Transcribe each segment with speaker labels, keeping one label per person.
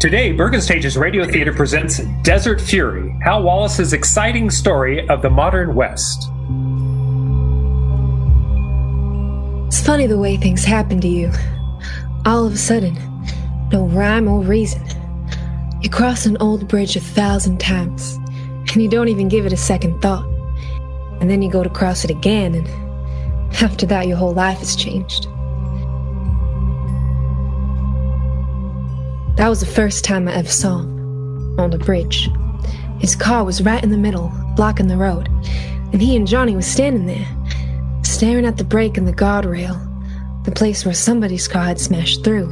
Speaker 1: Today, Bergen Stages Radio Theater presents Desert Fury Hal Wallace's exciting story of the modern West.
Speaker 2: It's funny the way things happen to you. All of a sudden, no rhyme or reason. You cross an old bridge a thousand times, and you don't even give it a second thought. And then you go to cross it again, and after that, your whole life has changed. That was the first time I ever saw him on the bridge. His car was right in the middle, blocking the road, and he and Johnny was standing there, staring at the break in the guardrail, the place where somebody's car had smashed through.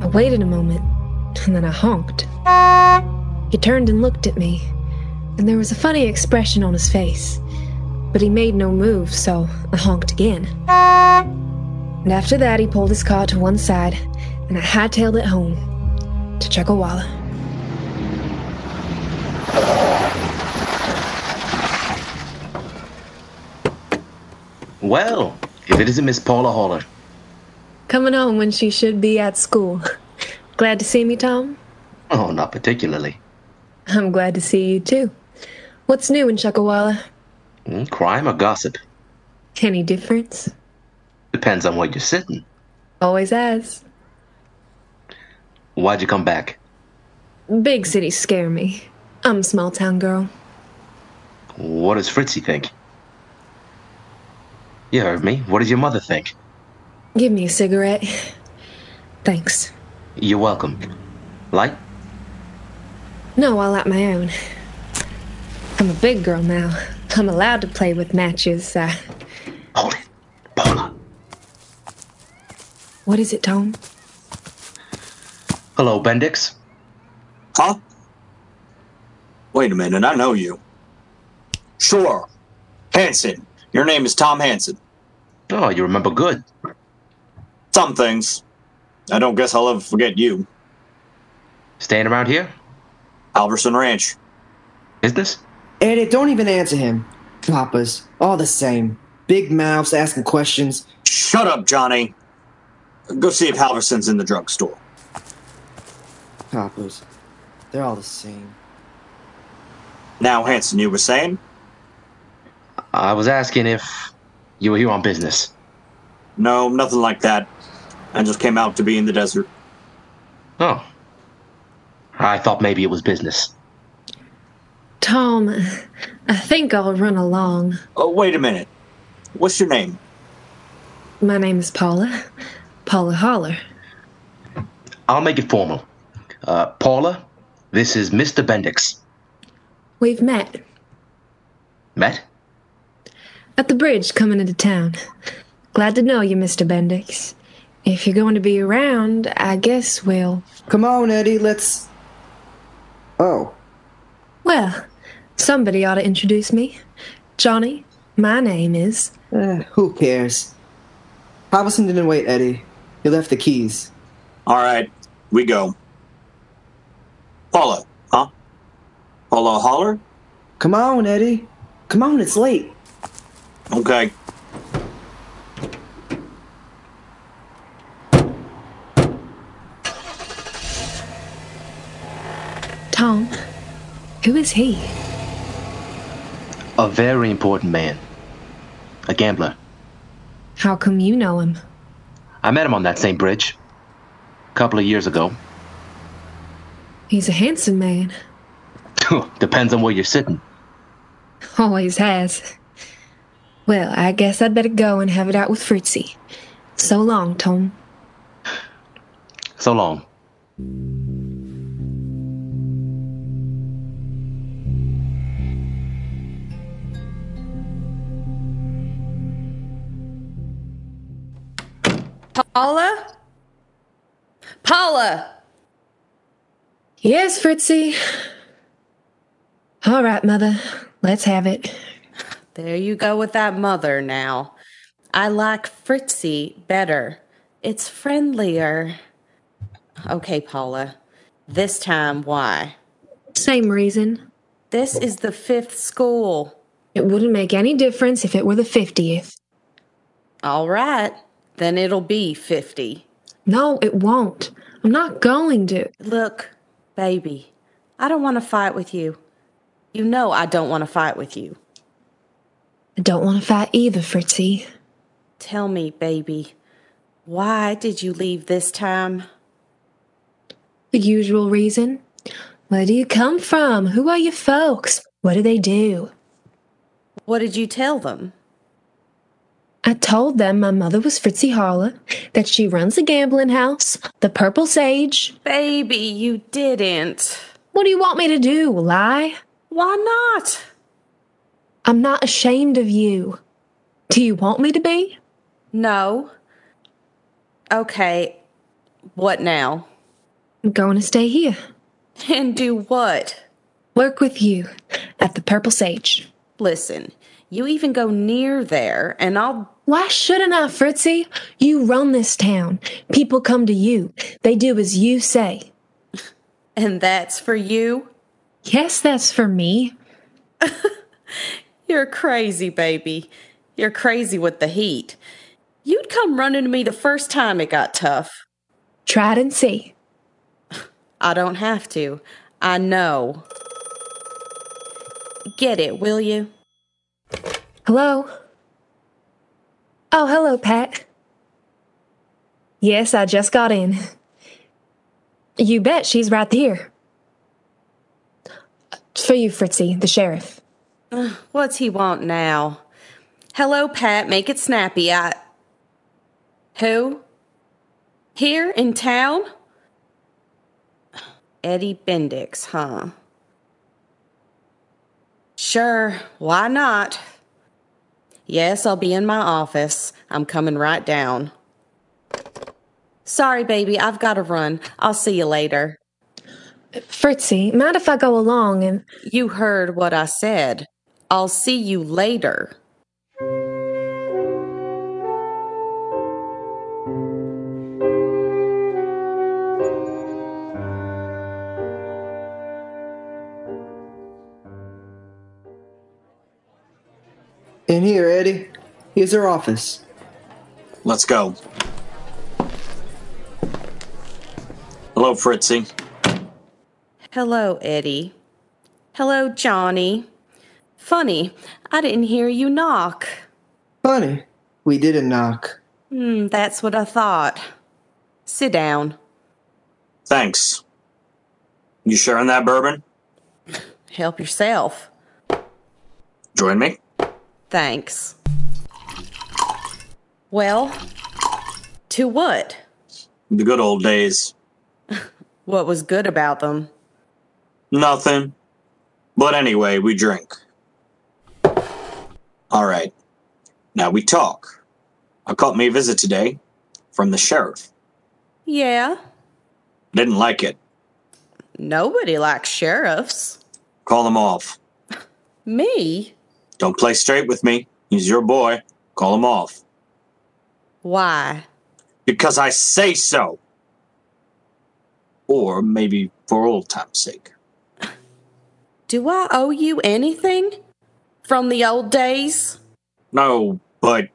Speaker 2: I waited a moment, and then I honked. He turned and looked at me, and there was a funny expression on his face, but he made no move, so I honked again. And after that, he pulled his car to one side, and I hightailed it home to Chuckawalla.
Speaker 3: Well, if it isn't Miss Paula Holler.
Speaker 2: Coming home when she should be at school. glad to see me, Tom.
Speaker 3: Oh, not particularly.
Speaker 2: I'm glad to see you, too. What's new in Chuckawalla?
Speaker 3: Mm, Crime or gossip?
Speaker 2: Any difference?
Speaker 3: Depends on where you're sitting.
Speaker 2: Always has.
Speaker 3: Why'd you come back?
Speaker 2: Big cities scare me. I'm a small town girl.
Speaker 3: What does Fritzy think? You heard me. What does your mother think?
Speaker 2: Give me a cigarette. Thanks.
Speaker 3: You're welcome. Light?
Speaker 2: No, I'll light my own. I'm a big girl now. I'm allowed to play with matches. Uh,
Speaker 3: Hold it. Paula.
Speaker 2: what is it, Tom?
Speaker 3: Hello, Bendix.
Speaker 4: Huh? Wait a minute, I know you. Sure. Hanson. Your name is Tom Hanson.
Speaker 3: Oh, you remember good.
Speaker 4: Some things. I don't guess I'll ever forget you.
Speaker 3: Staying around here?
Speaker 4: Alverson Ranch.
Speaker 3: Business?
Speaker 5: Edit, don't even answer him. Papas, all the same. Big mouths asking questions.
Speaker 4: Shut up, Johnny. Go see if Halverson's in the drugstore.
Speaker 5: Papas, they're all the same.
Speaker 4: Now, Hanson, you were saying?
Speaker 3: I was asking if you were here on business.
Speaker 4: No, nothing like that. I just came out to be in the desert.
Speaker 3: Oh. I thought maybe it was business.
Speaker 2: Tom, I think I'll run along.
Speaker 4: Oh, wait a minute. What's your name?
Speaker 2: My name is Paula. Paula Holler.
Speaker 3: I'll make it formal. Uh, Paula, this is Mr. Bendix.
Speaker 2: We've met
Speaker 3: Met?
Speaker 2: at the bridge coming into town. Glad to know you, Mr. Bendix. If you're going to be around, I guess we'll.
Speaker 5: Come on, Eddie, let's. Oh,
Speaker 2: Well, somebody ought to introduce me. Johnny, my name is.
Speaker 5: eh, who cares? Papason didn't wait, Eddie. He left the keys.
Speaker 4: All right, we go. Paula, huh? Paula Holler?
Speaker 5: Come on, Eddie. Come on, it's late.
Speaker 4: Okay.
Speaker 2: Tom, who is he?
Speaker 3: A very important man. A gambler.
Speaker 2: How come you know him?
Speaker 3: I met him on that same bridge. A couple of years ago.
Speaker 2: He's a handsome man.
Speaker 3: Depends on where you're sitting.
Speaker 2: Always has. Well, I guess I'd better go and have it out with Fritzy. So long, Tom.
Speaker 3: So long.
Speaker 6: Paula? Paula!
Speaker 2: Yes, Fritzy. All right, Mother. Let's have it.
Speaker 6: There you go with that mother now. I like Fritzy better. It's friendlier. Okay, Paula. This time, why?
Speaker 2: Same reason.
Speaker 6: This is the fifth school.
Speaker 2: It wouldn't make any difference if it were the 50th.
Speaker 6: All right, then it'll be 50.
Speaker 2: No, it won't. I'm not going to.
Speaker 6: Look, baby, I don't want to fight with you. You know I don't want to fight with you.
Speaker 2: I don't want to fight either, Fritzy.
Speaker 6: Tell me, baby, why did you leave this time?
Speaker 2: The usual reason. Where do you come from? Who are your folks? What do they do?
Speaker 6: What did you tell them?
Speaker 2: I told them my mother was Fritzy Harler, that she runs the gambling house, the Purple Sage.
Speaker 6: Baby, you didn't.
Speaker 2: What do you want me to do? Lie?
Speaker 6: Why not?
Speaker 2: I'm not ashamed of you. Do you want me to be?
Speaker 6: No. Okay, what now?
Speaker 2: I'm going to stay here,
Speaker 6: And do what?
Speaker 2: work with you at the Purple Sage.
Speaker 6: Listen, you even go near there, and I'll.
Speaker 2: Why shouldn't I, Fritzy? You run this town. People come to you. They do as you say.
Speaker 6: And that's for you?
Speaker 2: Yes, that's for me.
Speaker 6: You're crazy, baby. You're crazy with the heat. You'd come running to me the first time it got tough.
Speaker 2: Try it and see.
Speaker 6: I don't have to. I know. Get it, will you?
Speaker 2: Hello? Oh, hello, Pat. Yes, I just got in. You bet she's right there. For you, Fritzy, the sheriff.
Speaker 6: What's he want now? Hello, Pat. Make it snappy. I. Who? Here in town? Eddie Bendix, huh? Sure, why not? Yes, I'll be in my office. I'm coming right down. Sorry, baby, I've got to run. I'll see you later.
Speaker 2: Fritzy, mind if I go along and.
Speaker 6: You heard what I said. I'll see you later.
Speaker 5: In here, Eddie. Here's her office.
Speaker 4: Let's go. Hello, Fritzy.
Speaker 6: Hello, Eddie. Hello, Johnny. Funny, I didn't hear you knock.
Speaker 5: Funny, we didn't knock.
Speaker 6: Hmm, that's what I thought. Sit down.
Speaker 4: Thanks. You sharing that bourbon?
Speaker 6: Help yourself.
Speaker 4: Join me?
Speaker 6: Thanks. Well, to what?
Speaker 4: The good old days.
Speaker 6: What was good about them?
Speaker 4: Nothing. But anyway, we drink. All right. Now we talk. I caught me a visit today from the sheriff.
Speaker 6: Yeah,
Speaker 4: Didn't like it.
Speaker 6: nobody likes sheriffs.
Speaker 4: Call him off.
Speaker 6: Me?
Speaker 4: Don't play straight with me. He's your boy. Call him off.
Speaker 6: Why?
Speaker 4: Because I say so. Or maybe for old time's sake.
Speaker 6: Do I owe you anything? From the old days?
Speaker 4: No, but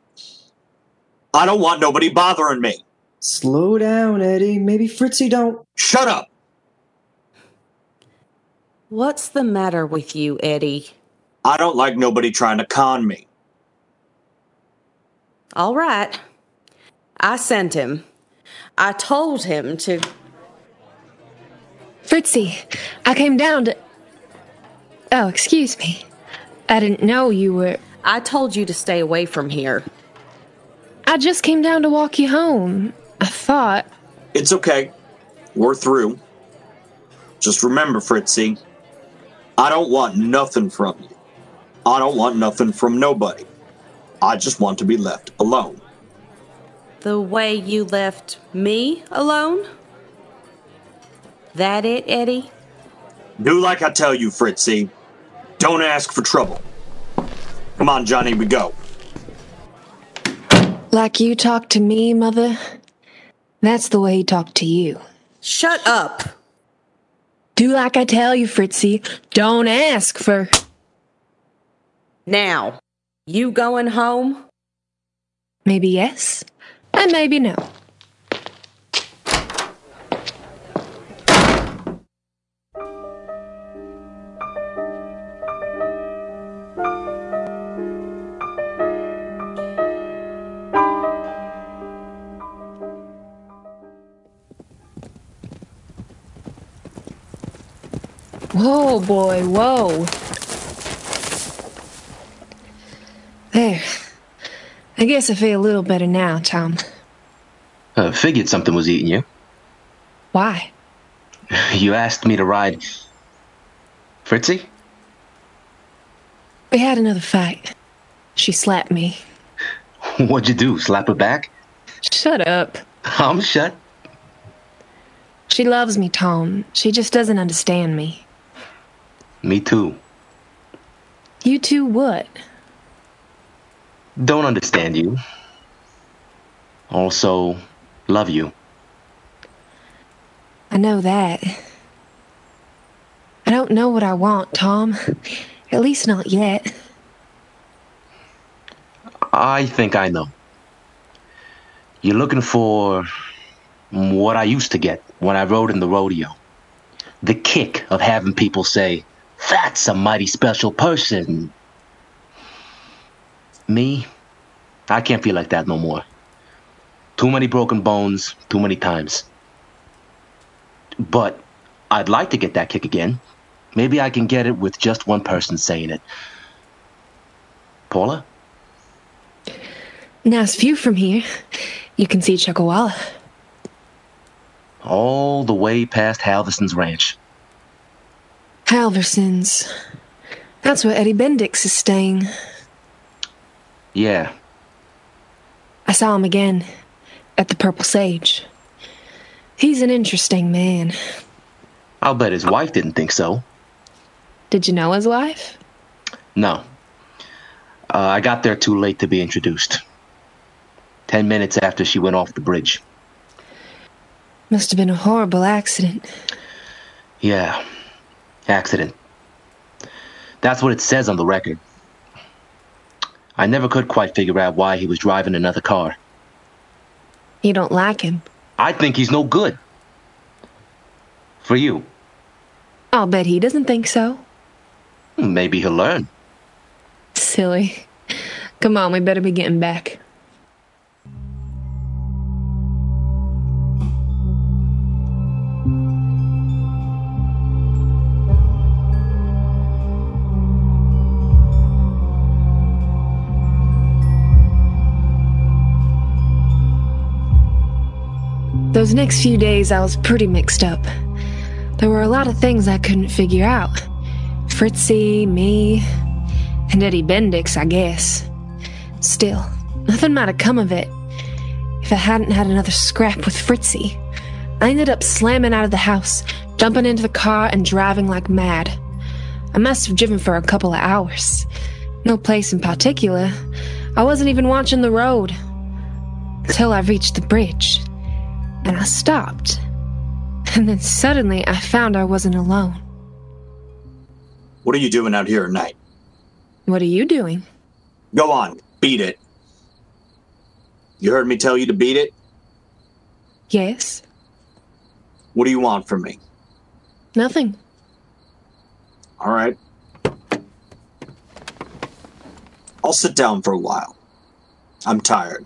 Speaker 4: I don't want nobody bothering me.
Speaker 5: Slow down, Eddie. Maybe Fritzy don't.
Speaker 4: Shut up.
Speaker 6: What's the matter with you, Eddie?
Speaker 4: I don't like nobody trying to con me.
Speaker 6: All right. I sent him. I told him to.
Speaker 2: Fritzy, I came down to. Oh, excuse me. I didn't know you were.
Speaker 6: I told you to stay away from here.
Speaker 2: I just came down to walk you home. I thought.
Speaker 4: It's okay. We're through. Just remember, Fritzy, I don't want nothing from you. I don't want nothing from nobody. I just want to be left alone.
Speaker 6: The way you left me alone? That it, Eddie?
Speaker 4: Do like I tell you, Fritzy. Don't ask for trouble. Come on, Johnny, we go.
Speaker 2: Like you talked to me, Mother? That's the way he talked to you.
Speaker 6: Shut up!
Speaker 2: Do like I tell you, Fritzy. Don't ask for.
Speaker 6: Now, you going home?
Speaker 2: Maybe yes, and maybe no. Whoa, boy, whoa. There. I guess I feel a little better now, Tom.
Speaker 3: Uh, figured something was eating you.
Speaker 2: Why?
Speaker 3: You asked me to ride. Fritzy?
Speaker 2: We had another fight. She slapped me.
Speaker 3: What'd you do? Slap her back?
Speaker 2: Shut up.
Speaker 3: I'm shut.
Speaker 2: She loves me, Tom. She just doesn't understand me.
Speaker 3: Me too.
Speaker 2: You two what?
Speaker 3: Don't understand you. Also, love you.
Speaker 2: I know that. I don't know what I want, Tom. At least not yet.
Speaker 3: I think I know. You're looking for what I used to get when I rode in the rodeo the kick of having people say, That's a mighty special person. Me, I can't feel like that no more. Too many broken bones, too many times. But I'd like to get that kick again. Maybe I can get it with just one person saying it. Paula?
Speaker 2: Nice view from here. You can see Chuckawalla.
Speaker 3: all the way past Halverson's ranch.
Speaker 2: Halverson's. That's where Eddie Bendix is staying.
Speaker 3: Yeah,
Speaker 2: I saw him again at the Purple Sage. He's an interesting man.
Speaker 3: I'll bet his wife didn't think so.
Speaker 2: Did you know his wife?
Speaker 3: No. Uh, I got there too late to be introduced. Ten minutes after she went off the bridge.
Speaker 2: Must have been a horrible accident.
Speaker 3: Yeah, accident. That's what it says on the record. I never could quite figure out why he was driving another car.
Speaker 2: You don't like him.
Speaker 3: I think he's no good. For you.
Speaker 2: I'll bet he doesn't think so.
Speaker 3: Maybe he'll learn.
Speaker 2: Silly. Come on, we better be getting back. Those next few days, I was pretty mixed up. There were a lot of things I couldn't figure out Fritzy, me, and Eddie Bendix, I guess. Still, nothing might have come of it if I hadn't had another scrap with Fritzy. I ended up slamming out of the house, jumping into the car, and driving like mad. I must have driven for a couple of hours. No place in particular. I wasn't even watching the road. Until I reached the bridge. And I stopped. And then suddenly I found I wasn't alone.
Speaker 4: What are you doing out here at night?
Speaker 2: What are you doing?
Speaker 4: Go on, beat it. You heard me tell you to beat it?
Speaker 2: Yes?
Speaker 4: What do you want from me?
Speaker 2: Nothing.
Speaker 4: All right. I'll sit down for a while. I'm tired.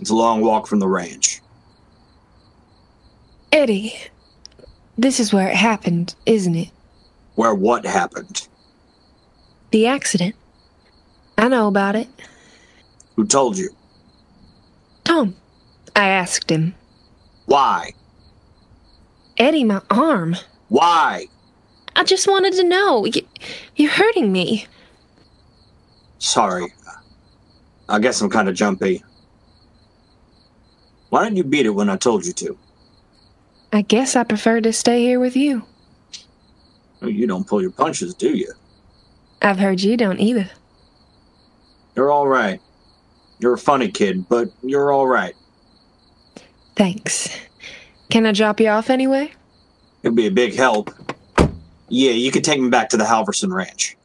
Speaker 4: It's a long walk from the ranch.
Speaker 2: Eddie, this is where it happened, isn't it?
Speaker 4: Where what happened?
Speaker 2: The accident. I know about it.
Speaker 4: Who told you?
Speaker 2: Tom, I asked him.
Speaker 4: Why?
Speaker 2: Eddie, my arm.
Speaker 4: Why?
Speaker 2: I just wanted to know. You, you're hurting me.
Speaker 4: Sorry. I guess I'm kind of jumpy. Why didn't you beat it when I told you to?
Speaker 2: I guess I prefer to stay here with you.
Speaker 4: You don't pull your punches, do you?
Speaker 2: I've heard you don't either.
Speaker 4: You're all right. You're a funny kid, but you're all right.
Speaker 2: Thanks. Can I drop you off anyway?
Speaker 4: It'd be a big help. Yeah, you could take me back to the Halverson Ranch.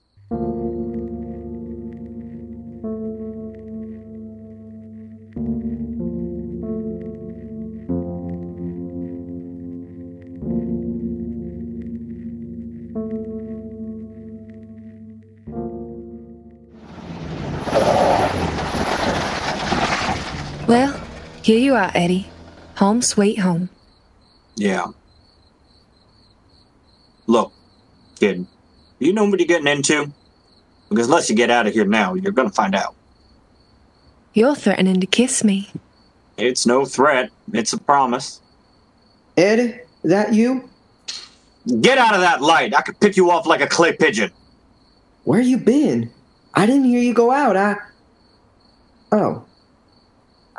Speaker 2: Well, here you are, Eddie. Home sweet home.
Speaker 4: Yeah. Look, kid. You know what you're getting into? Because unless you get out of here now, you're going to find out.
Speaker 2: You're threatening to kiss me.
Speaker 4: It's no threat, it's a promise.
Speaker 5: Ed, that you?
Speaker 4: Get out of that light. I could pick you off like a clay pigeon.
Speaker 5: Where you been? I didn't hear you go out. I. Oh.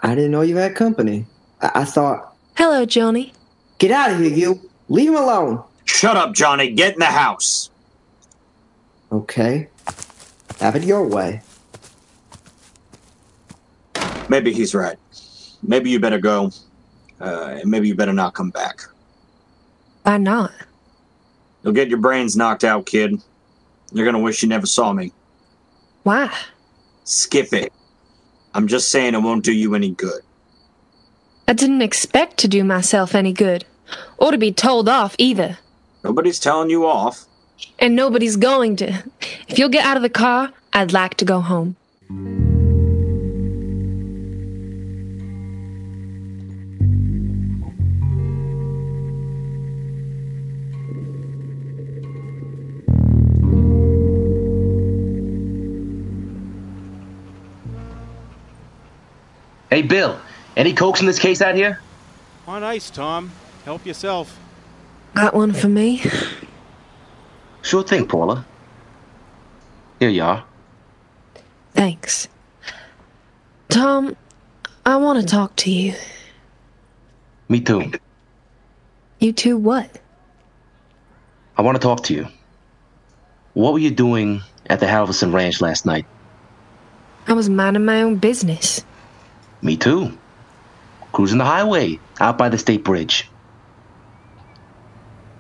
Speaker 5: I didn't know you had company. I, I thought,
Speaker 2: Hello, Johnny.
Speaker 5: get out of here, you. Leave him alone.
Speaker 4: Shut up, Johnny. Get in the house.
Speaker 5: Okay. Have it your way.
Speaker 4: Maybe he's right. Maybe you better go. Uh, and maybe you better not come back.
Speaker 2: Why not?
Speaker 4: You'll get your brains knocked out, kid. You're going to wish you never saw me.
Speaker 2: Why?
Speaker 4: Skip it. I'm just saying it won't do you any good.
Speaker 2: I didn't expect to do myself any good, or to be told off either.
Speaker 4: Nobody's telling you off.
Speaker 2: And nobody's going to. If you'll get out of the car, I'd like to go home.
Speaker 3: Hey, Bill, any cokes in this case out here?
Speaker 7: On ice, Tom. Help yourself.
Speaker 2: Got one for me?
Speaker 3: Sure thing, Paula. Here you are.
Speaker 2: Thanks. Tom, I want to talk to you.
Speaker 3: Me too.
Speaker 2: You two what?
Speaker 3: I want to talk to you. What were you doing at the Halverson Ranch last night?
Speaker 2: I was minding my own business.
Speaker 3: Me too. Cruising the highway out by the state bridge.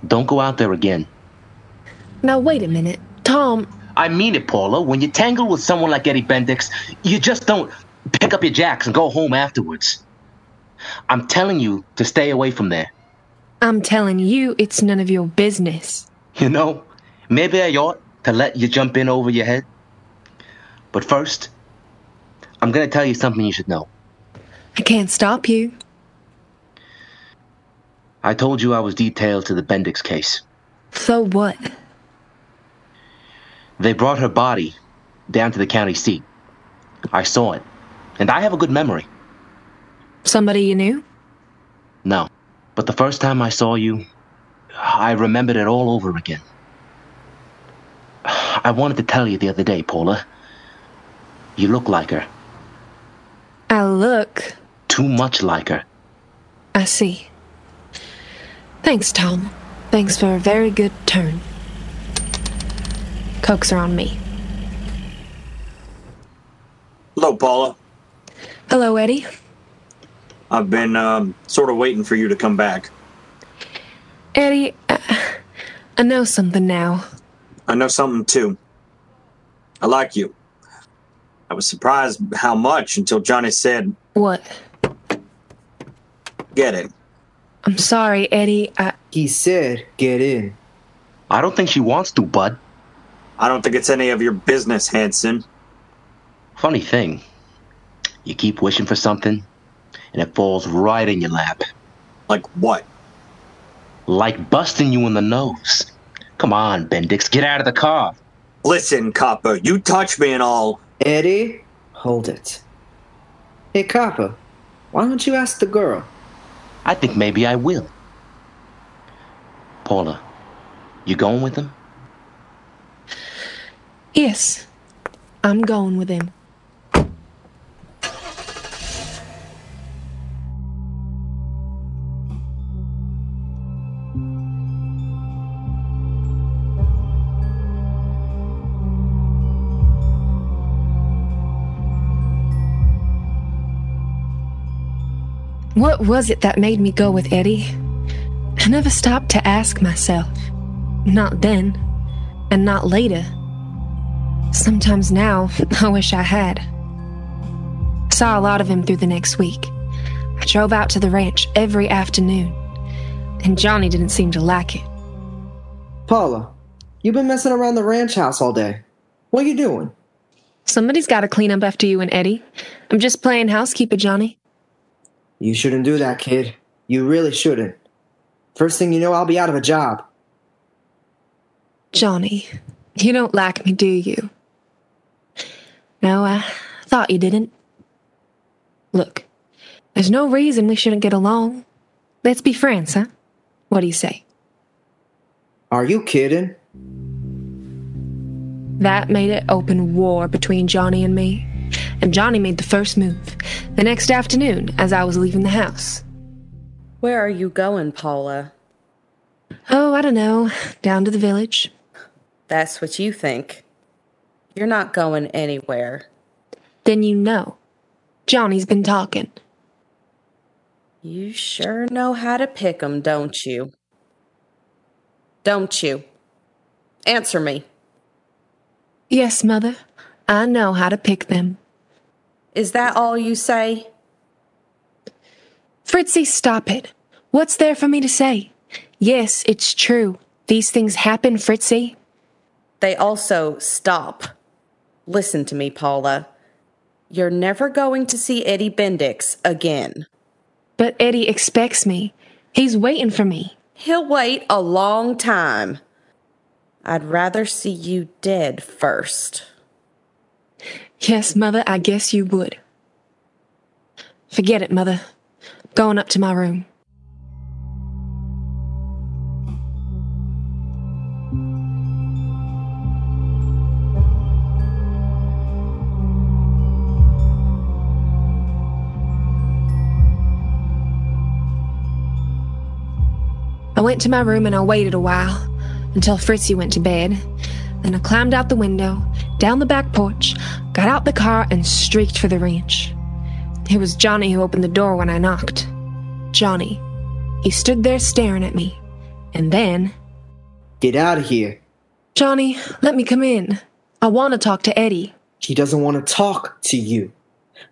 Speaker 3: Don't go out there again.
Speaker 2: Now, wait a minute. Tom,
Speaker 3: I mean it, Paula. When you tangle with someone like Eddie Bendix, you just don't pick up your jacks and go home afterwards. I'm telling you to stay away from there.
Speaker 2: I'm telling you, it's none of your business.
Speaker 3: You know, maybe I ought to let you jump in over your head. But first, I'm going to tell you something you should know.
Speaker 2: I can't stop you.
Speaker 3: I told you I was detailed to the Bendix case.
Speaker 2: So what?
Speaker 3: They brought her body down to the county seat. I saw it, and I have a good memory.
Speaker 2: Somebody you knew?
Speaker 3: No, but the first time I saw you, I remembered it all over again. I wanted to tell you the other day, Paula. You look like her,
Speaker 2: I look.
Speaker 3: too much like her.
Speaker 2: I see. Thanks, Tom. Thanks for a very good turn. Cokes are on me.
Speaker 4: Hello, Paula.
Speaker 2: Hello, Eddie.
Speaker 4: I've been um, sort of waiting for you to come back.
Speaker 2: Eddie, I, I know something now.
Speaker 4: I know something too. I like you. I was surprised how much until Johnny said,
Speaker 2: What?
Speaker 4: "Get it."
Speaker 2: I'm sorry, Eddie. I,
Speaker 5: He said, get in.
Speaker 3: I don't think she wants to, bud.
Speaker 4: I don't think it's any of your business, Hanson.
Speaker 3: Funny thing, you keep wishing for something, and it falls right in your lap,
Speaker 4: Like what?
Speaker 3: like busting you in the nose. Come on, Bendix, get out of the car.
Speaker 4: Listen, Copper, you touch me and all.
Speaker 5: Eddie, hold it. Hey, Copper, why don't you ask the girl?
Speaker 3: I think maybe I will. Paula, you going with him?
Speaker 2: yes, I'm going with him. What was it that made me go with Eddie? I never stopped to ask myself. Not then, and not later. Sometimes now, I wish I had. Saw a lot of him through the next week. I drove out to the ranch every afternoon, and Johnny didn't seem to like it.
Speaker 5: Paula, you've been messing around the ranch house all day. What are you doing?
Speaker 2: Somebody's got to clean up after you and Eddie. I'm just playing housekeeper, Johnny.
Speaker 5: You shouldn't do that, kid. You really shouldn't. First thing you know, I'll be out of a job.
Speaker 2: Johnny, you don't like me, do you? No, I thought you didn't. Look, there's no reason we shouldn't get along. Let's be friends, huh? What do you say?
Speaker 5: Are you kidding?
Speaker 2: That made it open war between Johnny and me. And Johnny made the first move the next afternoon as I was leaving the house.
Speaker 6: Where are you going, Paula?
Speaker 2: Oh, I don't know, down to the village.
Speaker 6: That's what you think. You're not going anywhere.
Speaker 2: Then you know. Johnny's been talking.
Speaker 6: You sure know how to pick 'em, don't you? Don't you? Answer me.
Speaker 2: Yes, Mother, I know how to pick them.
Speaker 6: Is that all you say?
Speaker 2: Fritzy, stop it. What's there for me to say? Yes, it's true. These things happen, Fritzy.
Speaker 6: They also stop. Listen to me, Paula. You're never going to see Eddie Bendix again.
Speaker 2: But Eddie expects me. He's waiting for me.
Speaker 6: He'll wait a long time. I'd rather see you dead first.
Speaker 2: Yes, Mother, I guess you would. Forget it, Mother. I'm going up to my room. I went to my room and I waited a while until Fritzy went to bed. Then I climbed out the window, down the back porch, got out the car, and streaked for the ranch. It was Johnny who opened the door when I knocked. Johnny. He stood there staring at me. And then,
Speaker 5: Get out of here.
Speaker 2: Johnny, let me come in. I want to talk to Eddie.
Speaker 5: She doesn't want to talk to you.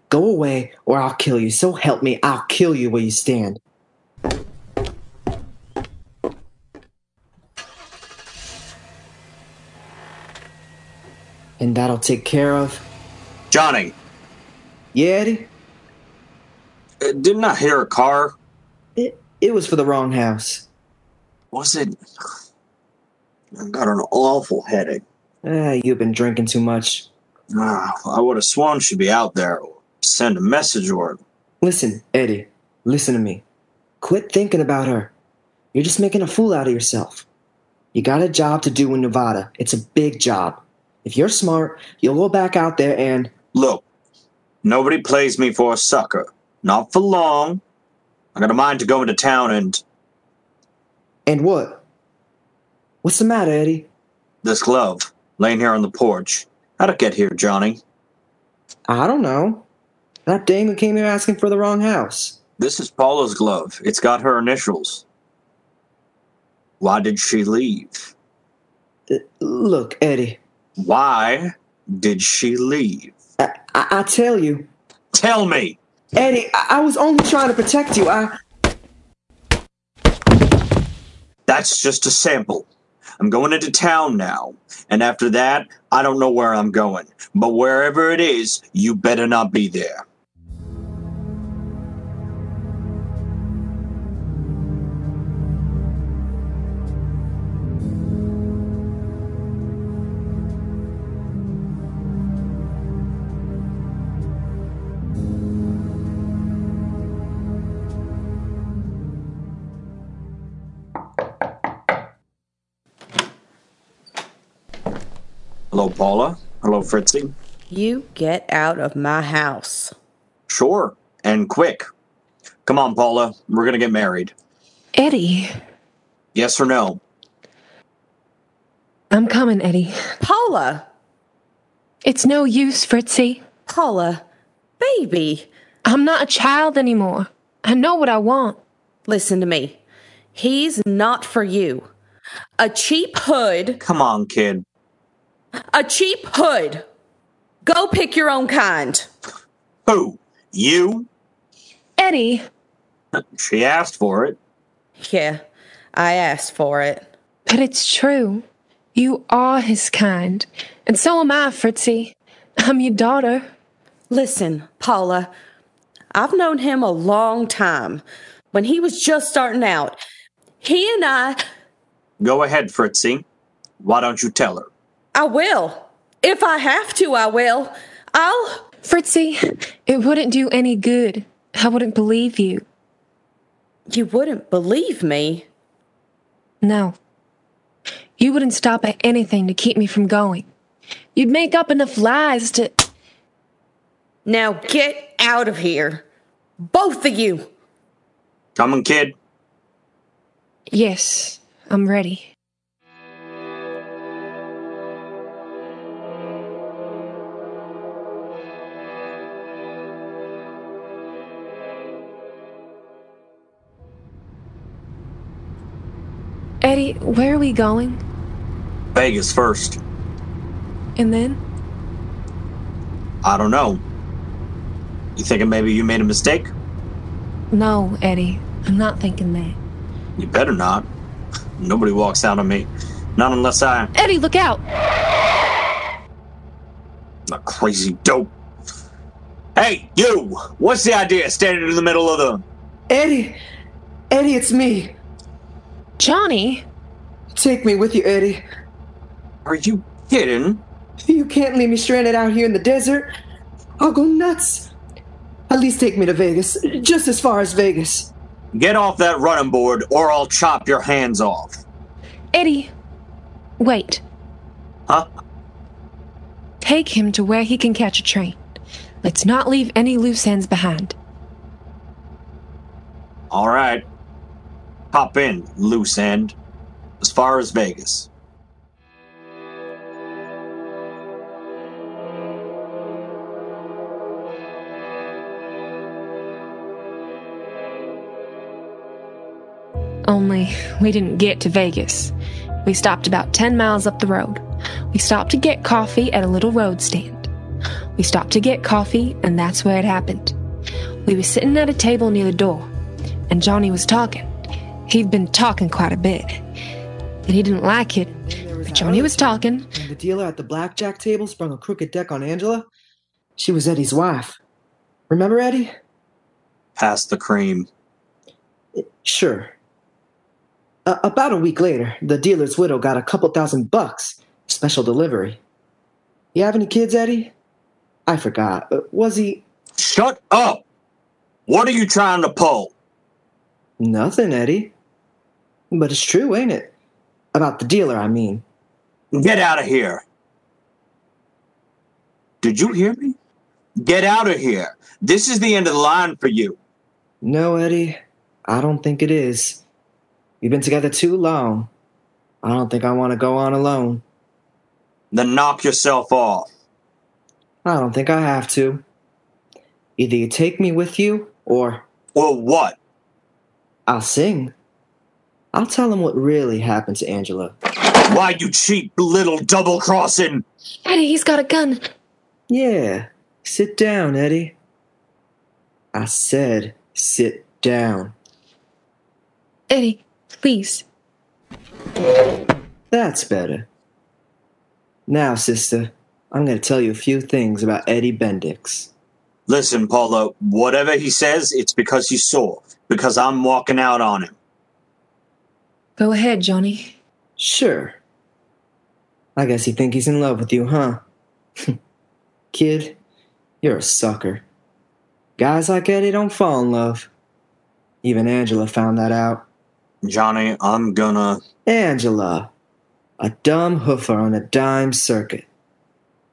Speaker 5: Go away or I'll kill you. So help me, I'll kill you where you stand. And that'll take care of.
Speaker 4: Johnny,
Speaker 5: Yeah, Eddie?
Speaker 4: uh, didn't I hear a car?
Speaker 5: It, it was for the wrong house.
Speaker 4: Was it? I got an awful headache.
Speaker 5: Ah, you've been drinking too much.
Speaker 4: Ah, I would have sworn she'd be out there. Send a message or
Speaker 5: Listen, Eddie, listen to me. Quit thinking about her. You're just making a fool out of yourself. You got a job to do in Nevada. It's a big job. If you're smart, you'll go back out there and.
Speaker 4: look. Nobody plays me for a sucker. Not for long. I got a mind to go into town and
Speaker 5: And what? What's the matter, Eddie?
Speaker 4: this glove laying here on the porch. How'd it get here, Johnny?
Speaker 5: I don't know. That dame who came here asking for the wrong house.
Speaker 4: This is Paula's glove. It's got her initials. Why did she leave?
Speaker 5: Uh, Look, Eddie,
Speaker 4: Why did she leave?
Speaker 5: I, I, I tell you,
Speaker 4: Tell me!
Speaker 5: Eddie, I, I was only trying to protect you. I.
Speaker 4: That's just a sample. I'm going into town now, and after that, I don't know where I'm going. But wherever it is, you better not be there. Hello, Paula. Hello, Fritzy.
Speaker 6: You get out of my house.
Speaker 4: Sure, and quick. Come on, Paula. We're gonna get married.
Speaker 2: Eddie.
Speaker 4: Yes or no?
Speaker 2: I'm coming, Eddie.
Speaker 6: Paula!
Speaker 2: It's no use, Fritzy.
Speaker 6: Paula! Baby!
Speaker 2: I'm not a child anymore. I know what I want.
Speaker 6: Listen to me. He's not for you. A cheap hood.
Speaker 4: Come on, kid.
Speaker 6: A cheap hood. Go pick your own kind.
Speaker 4: Who? You?
Speaker 2: Eddie,
Speaker 4: She asked for it.
Speaker 6: Yeah, I asked for it.
Speaker 2: but it's true. You are his kind. And so am I, Fritzy. I'm your daughter.
Speaker 6: Listen, Paula, I've known him a long time. When he was just starting out, he and I,
Speaker 4: Go ahead, Fritzy. Why don't you tell her?
Speaker 6: I will. If I have to, I will. I'll.
Speaker 2: Fritzy, it wouldn't do any good. I wouldn't believe you.
Speaker 6: You wouldn't believe me.
Speaker 2: No. You wouldn't stop at anything to keep me from going. You'd make up enough lies to.
Speaker 6: Now get out of here. Both of you.
Speaker 4: Coming, kid.
Speaker 2: Yes, I'm ready. Eddie, where are we going?
Speaker 4: Vegas first.
Speaker 2: And then?
Speaker 4: I don't know. You thinking maybe you made a mistake?
Speaker 2: No, Eddie, I'm not thinking that.
Speaker 4: You better not. Nobody walks out on me. Not unless I.
Speaker 2: Eddie, look out!
Speaker 4: I'm a crazy dope. Hey, you! What's the idea of standing in the middle of the.
Speaker 5: Eddie! Eddie, it's me!
Speaker 2: Johnny?
Speaker 5: Take me with you, Eddie.
Speaker 4: Are you kidding?
Speaker 5: You can't leave me stranded out here in the desert. I'll go nuts. At least take me to Vegas, just as far as Vegas.
Speaker 4: Get off that running board or I'll chop your hands off.
Speaker 2: Eddie, wait.
Speaker 4: Huh?
Speaker 2: Take him to where he can catch a train. Let's not leave any loose ends behind.
Speaker 4: All right. Pop in, loose end. As far as Vegas.
Speaker 2: Only we didn't get to Vegas. We stopped about 10 miles up the road. We stopped to get coffee at a little road stand. We stopped to get coffee, and that's where it happened. We were sitting at a table near the door, and Johnny was talking. He'd been talking quite a bit, and he didn't like it. But Johnny was talking,
Speaker 5: When the dealer at the blackjack table sprung a crooked deck on Angela, she was Eddie's wife. Remember, Eddie?
Speaker 4: Pass the cream.
Speaker 5: Sure. A- Uh, about a week later, the dealer's widow got a couple thousand bucks, special delivery. You have any kids, Eddie? I forgot. Uh, Was he?
Speaker 4: Shut up! What are you trying to pull?
Speaker 5: Nothing, Eddie. But it's true, ain't it? About the dealer, I mean.
Speaker 4: Get out of here. Did you hear me? Get out of here. This is the end of the line for you.
Speaker 5: No, Eddie, I don't think it is. We've been together too long. I don't think I want to go on alone.
Speaker 4: Then knock yourself off.
Speaker 5: I don't think I have to. Either you take me with you, or
Speaker 4: Or what?
Speaker 5: I'll sing. I'll tell him what really happened to Angela.
Speaker 4: Why, you cheap little double crossing?
Speaker 2: Eddie, he's got a gun.
Speaker 5: Yeah, sit down, Eddie. I said, sit down.
Speaker 2: Eddie, please.
Speaker 5: That's better. Now, sister, I'm going to tell you a few things about Eddie Bendix.
Speaker 4: Listen, Paulo, whatever he says, it's because he's sore, because I'm walking out on him.
Speaker 2: Go ahead, Johnny.
Speaker 5: Sure. I guess you think he's in love with you, huh? Kid, you're a sucker. Guys like Eddie don't fall in love. Even Angela found that out.
Speaker 4: Johnny, I'm gonna.
Speaker 5: Angela, a dumb hoofer on a dime circuit.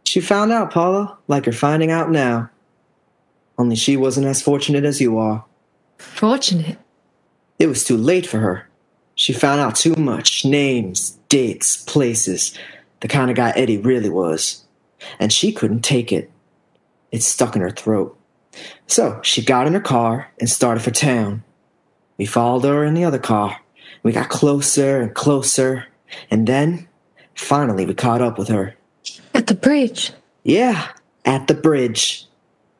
Speaker 5: She found out, Paula, like you're finding out now. Only she wasn't as fortunate as you are.
Speaker 2: Fortunate.
Speaker 5: It was too late for her. She found out too much names, dates, places, the kind of guy Eddie really was. And she couldn't take it. It stuck in her throat. So she got in her car and started for town. We followed her in the other car. We got closer and closer. And then, finally, we caught up with her.
Speaker 2: At the bridge.
Speaker 5: Yeah, at the bridge.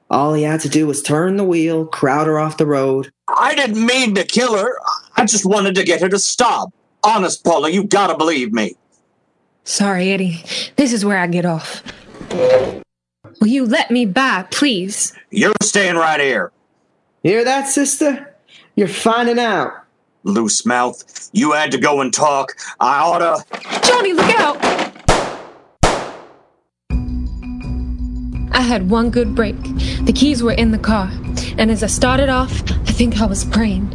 Speaker 5: All he had to do was turn the wheel, crowd her off the road,
Speaker 4: I didn't mean to kill her. I just wanted to get her to stop. Honest, Paula, you gotta believe me.
Speaker 2: Sorry, Eddie. This is where I get off. Will you let me by, please?
Speaker 4: You're staying right here.
Speaker 5: Hear that, sister? You're finding out.
Speaker 4: Loose mouth. You had to go and talk. I oughta.
Speaker 2: Johnny, look out! I had one good break. The keys were in the car. And as I started off, I think I was praying.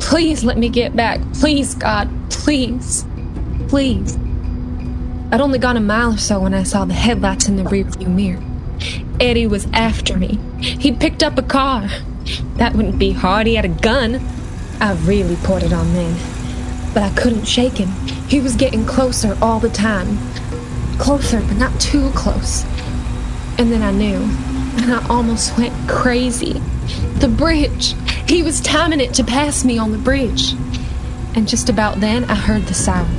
Speaker 2: Please let me get back. Please, God. Please. Please. I'd only gone a mile or so when I saw the headlights in the rearview mirror. Eddie was after me. He picked up a car. That wouldn't be hard. He had a gun. I really poured it on then. But I couldn't shake him. He was getting closer all the time. Closer, but not too close. And then I knew. And I almost went crazy. The bridge! He was timing it to pass me on the bridge. And just about then, I heard the siren.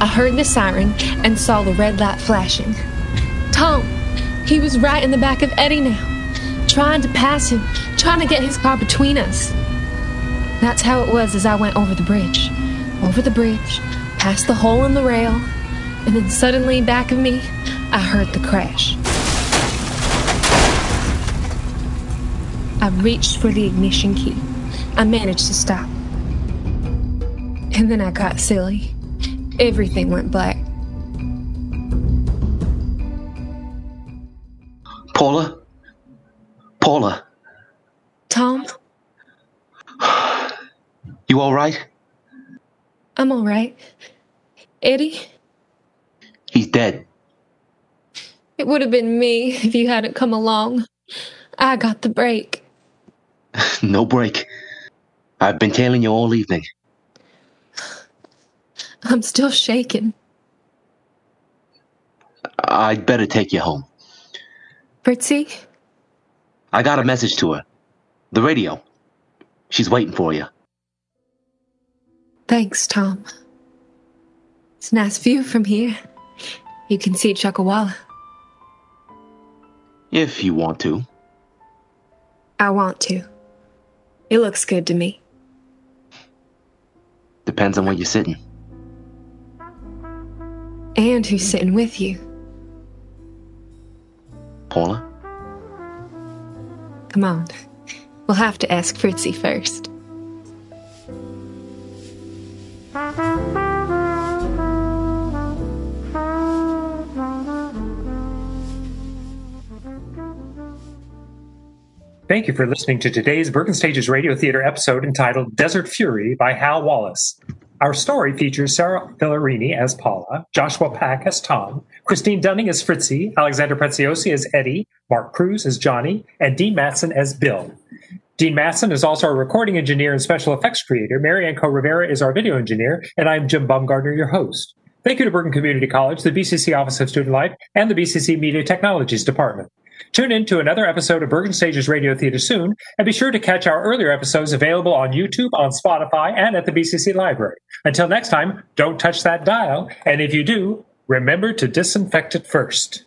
Speaker 2: I heard the siren and saw the red light flashing. Tom, he was right in the back of Eddie now, trying to pass him, trying to get his car between us. That's how it was as I went over the bridge. Over the bridge, past the hole in the rail, and then suddenly back of me, I heard the crash. I reached for the ignition key. I managed to stop. And then I got silly. Everything went black.
Speaker 3: Paula? Paula,
Speaker 2: Tom,
Speaker 3: you all right?
Speaker 2: I'm all right. Eddie,
Speaker 3: He's dead.
Speaker 2: it would have been me if you hadn't come along. I got the break.
Speaker 3: No break. I've been tailing you all evening.
Speaker 2: I'm still shaking.
Speaker 3: I'd better take you home.
Speaker 2: Fritzy,
Speaker 3: I got a message to her. The radio. She's waiting for you.
Speaker 2: thanks, Tom. It's a nice view from here. You can see Chuckawalla.
Speaker 3: If you want to.
Speaker 2: I want to. It looks good to me.
Speaker 3: Depends on where you're sitting.
Speaker 2: And who's sitting with you?
Speaker 3: Paula?
Speaker 2: Come on. We'll have to ask Fritzy first.
Speaker 1: Thank you for listening to today's Bergen Stages Radio Theater episode entitled Desert Fury by Hal Wallace. Our story features Sarah Villarini as Paula, Joshua Pack as Tom, Christine Dunning as Fritzy, Alexander Preziosi as Eddie, Mark Cruz as Johnny, and Dean Matson as Bill. Dean Matson is also our recording engineer and special effects creator. Marianne Co. Rivera is our video engineer, and I'm Jim Baumgardner, your host. Thank you to Bergen Community College, the BCC Office of Student Life, and the BCC Media Technologies Department. Tune in to another episode of Bergen Stages Radio Theater soon, and be sure to catch our earlier episodes available on YouTube, on Spotify, and at the BCC Library. Until next time, don't touch that dial, and if you do, remember to disinfect it first.